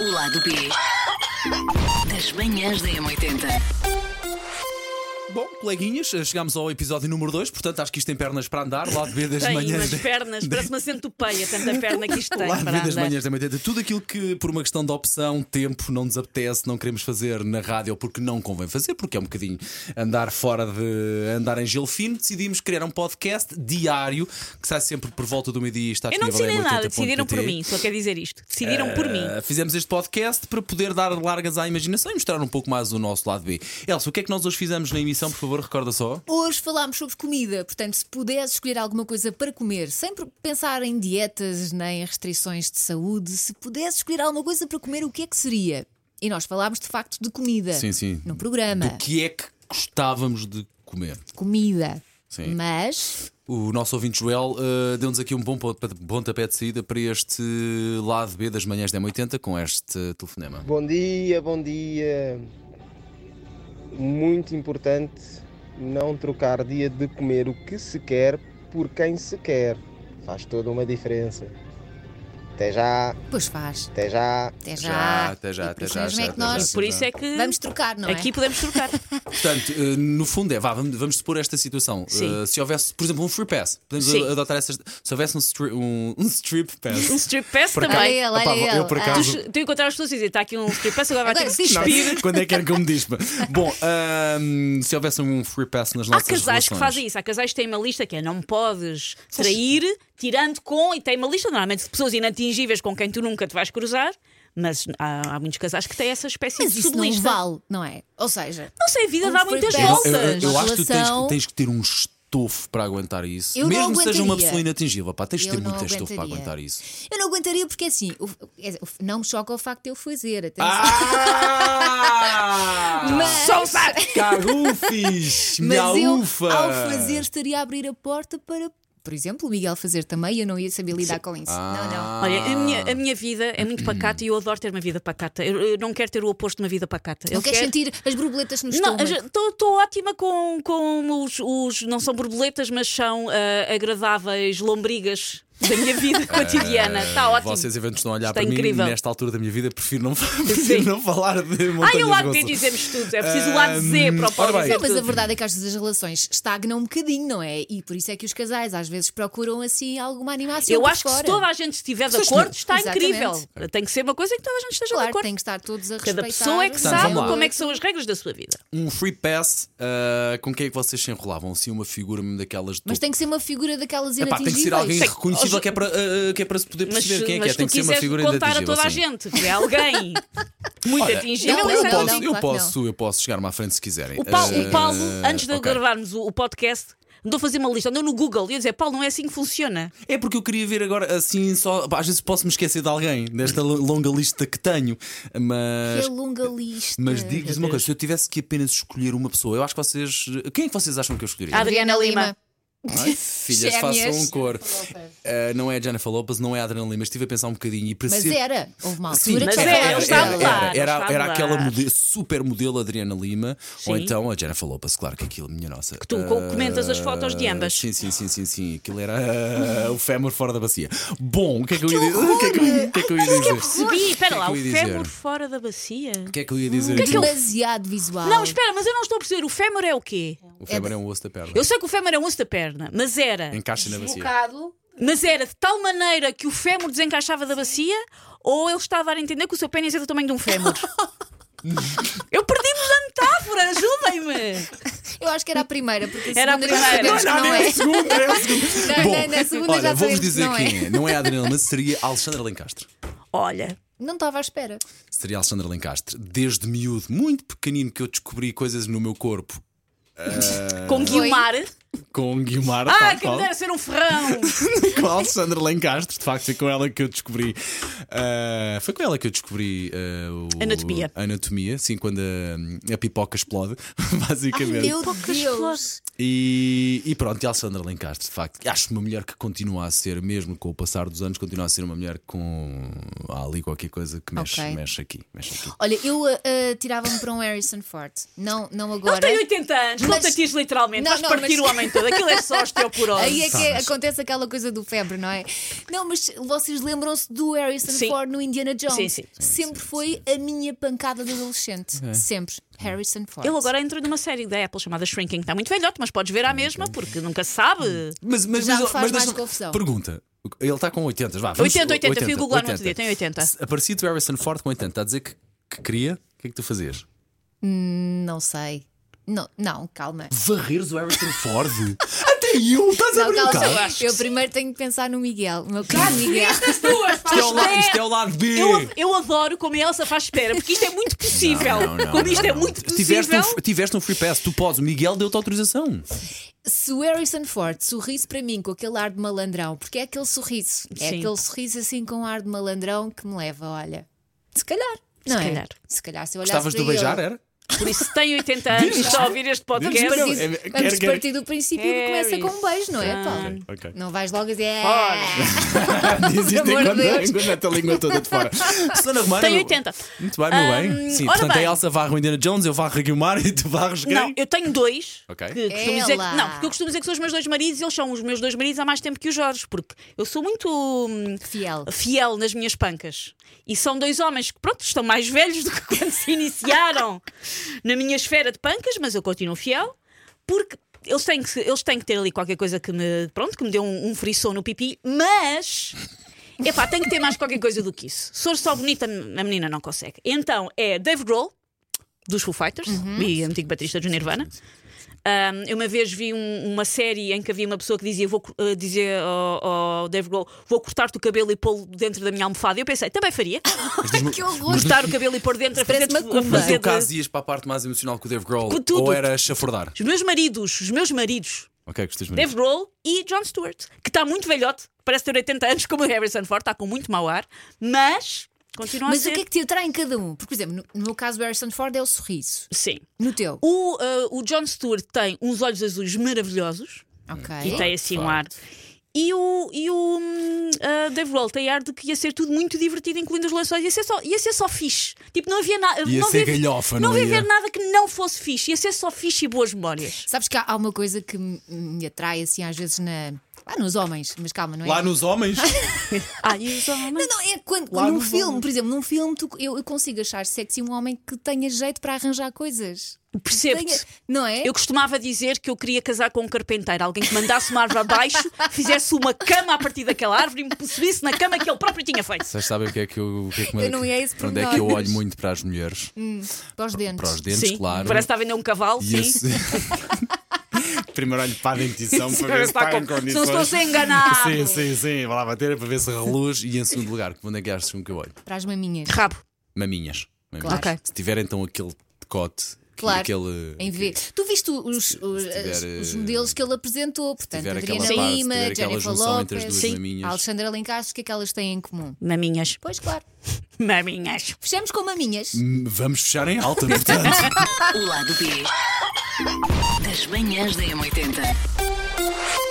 O lado B das manhãs da M80. Bom, coleguinhas, chegámos ao episódio número 2, portanto acho que isto tem pernas para andar, lado B das Tem manhãs. umas da- pernas, parece uma centopeia tanta perna que isto tem Lado para B das andar. manhãs da 80. Tudo aquilo que, por uma questão de opção, tempo, não nos apetece, não queremos fazer na rádio ou porque não convém fazer, porque é um bocadinho andar fora de. andar em gelo fino, decidimos criar um podcast diário que sai sempre por volta do meio-dia e está Eu não disponível decidi em 80.pt. nada, decidiram por mim, só quer dizer isto. Decidiram por mim. Ah, Fizemos este podcast para poder dar largas à imaginação e mostrar um pouco mais o nosso lado B. Elsa, o que é que nós hoje fizemos na emissão, por favor, recorda só? Hoje falámos sobre comida, portanto, se pudesse escolher alguma coisa para comer, sem pr- pensar em dietas nem em restrições de saúde, se pudesse escolher alguma coisa para comer, o que é que seria? E nós falámos de facto de comida Sim, sim. no programa. Do que é que gostávamos de comer? Comida. Sim. Mas O nosso ouvinte Joel eh, deu-nos aqui um bom pon- pontapé de saída para este lado B das manhãs da M80 com este telefonema. Bom dia, bom dia. Muito importante não trocar dia de comer o que se quer por quem se quer. Faz toda uma diferença. Até já, pois faz. até já. Até Até já. já, até já, E por até isso já, mesmo já, é que até já, nós até Por isso é que vamos trocar, não é? aqui podemos trocar. Portanto, eh, no fundo é, vá, vamos, vamos supor esta situação. Sim. Eh, se houvesse, por exemplo, um free pass, podemos Sim. adotar essas. Se houvesse um, stri- um- um strip Um pass. strip pass Por Olha também. ele, olha Opá, ele. eu por Ah, acaso- Tu, tu encontrar as pessoas e dizer, está aqui um strip pass, agora vai ter Agora que sim. Não, despir. quando é que era que eu me dispa? Bom, ahm, se houvesse um free pass nas Há nossas casais que relações. fazem isso, há casais que têm uma lista que é não podes trair, tirando com, e tem uma lista normalmente de pessoas inatingíveis com quem tu nunca te vais cruzar, mas há, há muitos casais que têm essa espécie Mas de isso não sublista. vale, não é? Ou seja, Não sei, a vida Um dá free muitas pass. Eu, eu- voltas. eu acho que tu tens, relação- tens que ter um estofo para aguentar isso. Eu não Mesmo que seja uma aguentaria. pessoa inatingível, pá, tens de Eu ter não muito estofo para aguentaria. aguentar isso. eu não aguentaria porque assim, o- quer dizer, o- não me choca o facto de eu fazer. Atenção. Ah! Mas- Só usar. Cagufis! Mas eu, miaufa! ao fazer, estaria a abrir a porta para, por exemplo, o Miguel fazer também e eu não ia saber lidar com isso. Ah. Uhum. Olha, a minha, a minha vida é muito pacata e eu adoro ter uma vida pacata. Eu, eu não quero ter o oposto de uma vida pacata. Não, não. eu Não queres quero... sentir as borboletas no Não, estômago? estou ótima com, com os, os- Não são borboletas, mas são ah, agradáveis lombrigas da minha vida cotidiana. Está ótimo. Ah, Vocês eventos estão a olhar Está para incrível. mim nesta altura da minha vida, prefiro não, prefiro não falar de montanhas Ah, eu lado B russas. dizemos tudo. É preciso o lado Z para o ora Paulo bem. dizer Não, mas a tudo. verdade é que às vezes as relações estagnam um bocadinho, não é? E por isso é que os casais às vezes procuram assim alguma animação. Eu por acho que se fora. toda a gente estiver de Vocês não- acordo, está Exatamente. incrível. Tem que ser uma coisa em que toda a gente esteja de Claro, acordo. têm que estar todos a Cada respeitar. pessoa é que Portanto, sabe vamos lá. como é que são as regras da sua vida. Um free pass, ah, com quem é que vocês se enrolavam? Assim, uma figura mesmo daquelas de Mas tem que ser uma figura daquelas Epá, tem que inatingíveis. ser alguém Tem- reconhecível que é, para, ah, que é para se poder Mas, perceber quem é que mas é. Tem tu que ser uma quiseres figura contar a inatingível. toda a sim. gente que é alguém muito atingível. não, Eu, Não, eu não, posso, não, eu claro que posso, eu posso chegar-me à frente se quiserem. O Paulo, Ah, o Paulo, antes de ok. gravarmos o, o podcast, andou a fazer uma lista, andou no Google e ia dizer: Paulo, não é assim que funciona. É porque eu queria ver agora assim só. pá, às vezes posso me esquecer de alguém desta lo- longa lista que tenho, mas. Que longa lista. Mas digo-vos uma coisa, se eu tivesse que apenas escolher uma pessoa, eu acho que vocês. Quem é que vocês acham que eu escolheria? Ah, Adriana Lima. Ai, filhas, façam gêmeas. um cor. Ah, não é a Jennifer Lopez, não é a Adriana Lima. Estive a pensar um bocadinho e para Mas é ser- era. Houve uma Sim, altura mas Ah, que era, era, ele estava era, lá, era, era, estava era lá. aquela mode, super modelo Adriana Lima, ou Sim. então a Jennifer Lopez, claro que aquilo, minha nossa. Que tu comentas as fotos de ambas. Sim, sim, sim, sim, sim. Aquilo era ah, o fémur fora da bacia. Bom, o que é que eu ia dizer? O que é que eu ia- o que é que eu ia dizer? Percebi, espera O lá, que é o que eu ia fémur dizer? fora da bacia. O que é que eu ia dizer? aqui? demasiado visual. Não, espera, mas eu não estou a perceber. O fémur é o quê? O fémur é um osso da perna. Eu sei que o fémur é um osso da perna, mas era. Encaixa na bacia. Mas era de tal maneira que o fémur desencaixava da bacia ou ele estava a dar a entender que o seu pênis é do tamanho de um fémur? Eu perdi-me da metáfora, ajudem-me! Eu acho que era a primeira, porque a Era a segunda já primeira. sabemos que não é. segunda, é a segunda. Não, Bom, não, na segunda olha, já vou-vos sabemos que dizer não é. quem é. Não é a Adriana, mas seria Alexandra Lencastre. Olha, Não estava à espera. Seria Alexandra Lencastre. Desde miúdo, muito pequenino, que eu descobri coisas no meu corpo com Guilmar. com Guilmar. Ah, tal que me qual. dera ser um ferrão! com a Alexandra Lencastre, de facto, foi com ela que eu descobri. ah, foi com ela que eu descobri ah, o- Anatomia. a anatomia, sim, quando a, a pipoca explode, basicamente. Meu Deus. E, e pronto, e a Alexandra Lencastre, de facto, acho uma mulher que continua a ser, mesmo com o passar dos anos, continua a ser uma mulher com. Há ali qualquer coisa que mexe, Ok. mexe aqui. Mexe aqui. Olha, eu ah, ah, tirava-me para um Harrison Ford. Não, não agora. Ele tem 80 anos, não Mas- te atires literalmente, Não, vais não, partir mas- o homem em todo. Aquilo é só osteoporose. Aí é que Sabes. acontece aquela coisa do febre, não é? Não, mas vocês lembram-se do Harrison Sim. Ford no Indiana Jones? Sim, sim. É. Sempre foi a minha pancada de adolescente. Sempre. Harrison Ford. Ele agora entrou numa série da Apple chamada Shrinking, que está muito velhote, mas podes ver à mesma, porque nunca se sabe. Mas, mas, Já mas, me mas faz mais deixa-me- confusão. Pergunta. Ele está com 80, vá. 80, 80, fui googlar no outro dia, tem 80. Se Aparecido Harrison Ford com 80, está a dizer que, que queria, o que é que tu fazias? Não sei. Não, não calma. Varreres o Harrison Ford? Até eu, estás a Não, calma. brincar? eu acho que Eu primeiro tenho que pensar no Miguel. Meu caro Miguel. Estas duas, Isto é o lado- Isto é o lado B. Eu, eu adoro como a Elsa faz espera, porque isto é muito possível. Não, não, Quando não, isto é não. muito possível. Tiveste um, tiveste um free pass, tu podes. O Miguel deu-te autorização. Se o Harrison Ford sorrisse para mim com aquele ar de malandrão, porque é aquele sorriso. É Sim. aquele sorriso assim com ar de malandrão que me leva, olha. Se calhar. Não é? calhar. Se calhar, se eu olhasse Gostavas de para o beijar, ele- era? Por isso, se tem 80 anos, está a ouvir este Vamos Quer- podcast. partir, é- vamos quer- quer- partir do princípio que começa com um beijo, não é, Ah. Paulo? Ok, ok. Não vais logo dizer. "É, Ora. Diz isto Por amor de enquanto, Deus. enquanto a tua língua toda de fora. Susana Romano. Tenho 80. Muito bem, meu bem. Hum, Sim, ora portanto, bem. a Elsa varre o Indiana Jones, eu varro aqui o mar e tu varres quem? Não, eu tenho dois. Ok. Que costumo dizer Ela. que, não, porque eu costumo dizer que são os meus dois maridos e eles são os meus dois maridos há mais tempo que o Jorge, porque eu sou muito hum, Fiel. fiel nas minhas pancas. E são dois homens que, pronto, estão mais velhos do que quando se iniciaram na minha esfera de pancas, mas eu continuo fiel, porque eles têm que, eles têm que ter ali qualquer coisa que me, pronto, que me dê um, um frisson no pipi, mas. Epá, tem que ter mais qualquer coisa do que isso. Se for só bonita, a menina não consegue. Então é Dave Grohl, dos Foo Fighters Uhum. e antigo baterista dos Nirvana. Um, eu uma vez vi um- uma série em que havia uma pessoa que dizia, vou, co- eh, dizia ao, ao Dave Grohl, vou cortar-te o cabelo e pô-lo dentro da minha almofada. E eu pensei, também faria. que horror! Cortar o cabelo e pôr dentro a fazer, Parece a macumba. No fazer teu de- caso, ias para a parte mais emocional com o Dave Grohl Com tudo. ou era chafurdar? Os meus maridos, os meus maridos, Ok, gostas muito. Dave Grohl e John Stewart, que está muito velhote, parece ter 80 anos, como o Harrison Ford, está com muito mau ar, mas continua a Mas ser. o que é que te atrai em cada um? Porque, por exemplo, no, no meu caso, o Harrison Ford é o sorriso. Sim. No teu. O, eh, o John Stewart tem uns olhos azuis maravilhosos. Ok. E tem assim um ar. Claro. E o, e o hum, ah, Dave Roll tem ar de que ia ser tudo muito divertido, incluindo as relações. Ia ser só, ia ser só fixe. Tipo, não havia nada. Ia não ser havia, galhofa, não não havia ia? haver nada que não fosse fixe. Ia ser só fixe e boas memórias. Sabes que há, há uma coisa que me, me atrai, assim, às vezes, na. Lá nos homens, mas calma, não é? Lá nos homens? Ah, e os homens? Não, não, é quando. Lá num nos filme, homens. por exemplo, num filme, tu- eu, eu consigo achar sexy um homem que tenha jeito para arranjar coisas. Tenha- Percebo-te. não é? Eu costumava dizer que eu queria casar com um carpinteiro, alguém que mandasse uma árvore abaixo, fizesse uma cama a partir daquela árvore e me subisse na cama que ele próprio tinha feito. Vocês sabem o que é que eu. O que é que me- Eu não ia a esse para onde é que eu pormenor. olho muito para as mulheres? Para os dentes. Para os dentes, sim, claro. parece que está a vender um cavalo. E sim. esse- Primeiro olho para a dentição para ver se Está está com- em se condições. não estou a ser enganado. Sim, sim, sim. Vou lá bater para ver se reluz. E em segundo lugar, onde é que achas que eu olho? Para as maminhas. Rabo. Maminhas. Maminhas. Claro. Ok. Se tiver então aquele decote, Claro. aquele. Em V. Tu viste os, os, tiver, as- os eh, modelos que ele apresentou, portanto, tiver aquela Adriana parte, se Lima, tiver aquela Jennifer junção entre as Lopes, duas Sim. maminhas. Alexandra Alencastro, o que é que elas têm em comum? Maminhas. Pois claro. Maminhas. Fechamos com maminhas. Hum, Vamos fechar em alta, portanto. O lado B das manhãs da M80.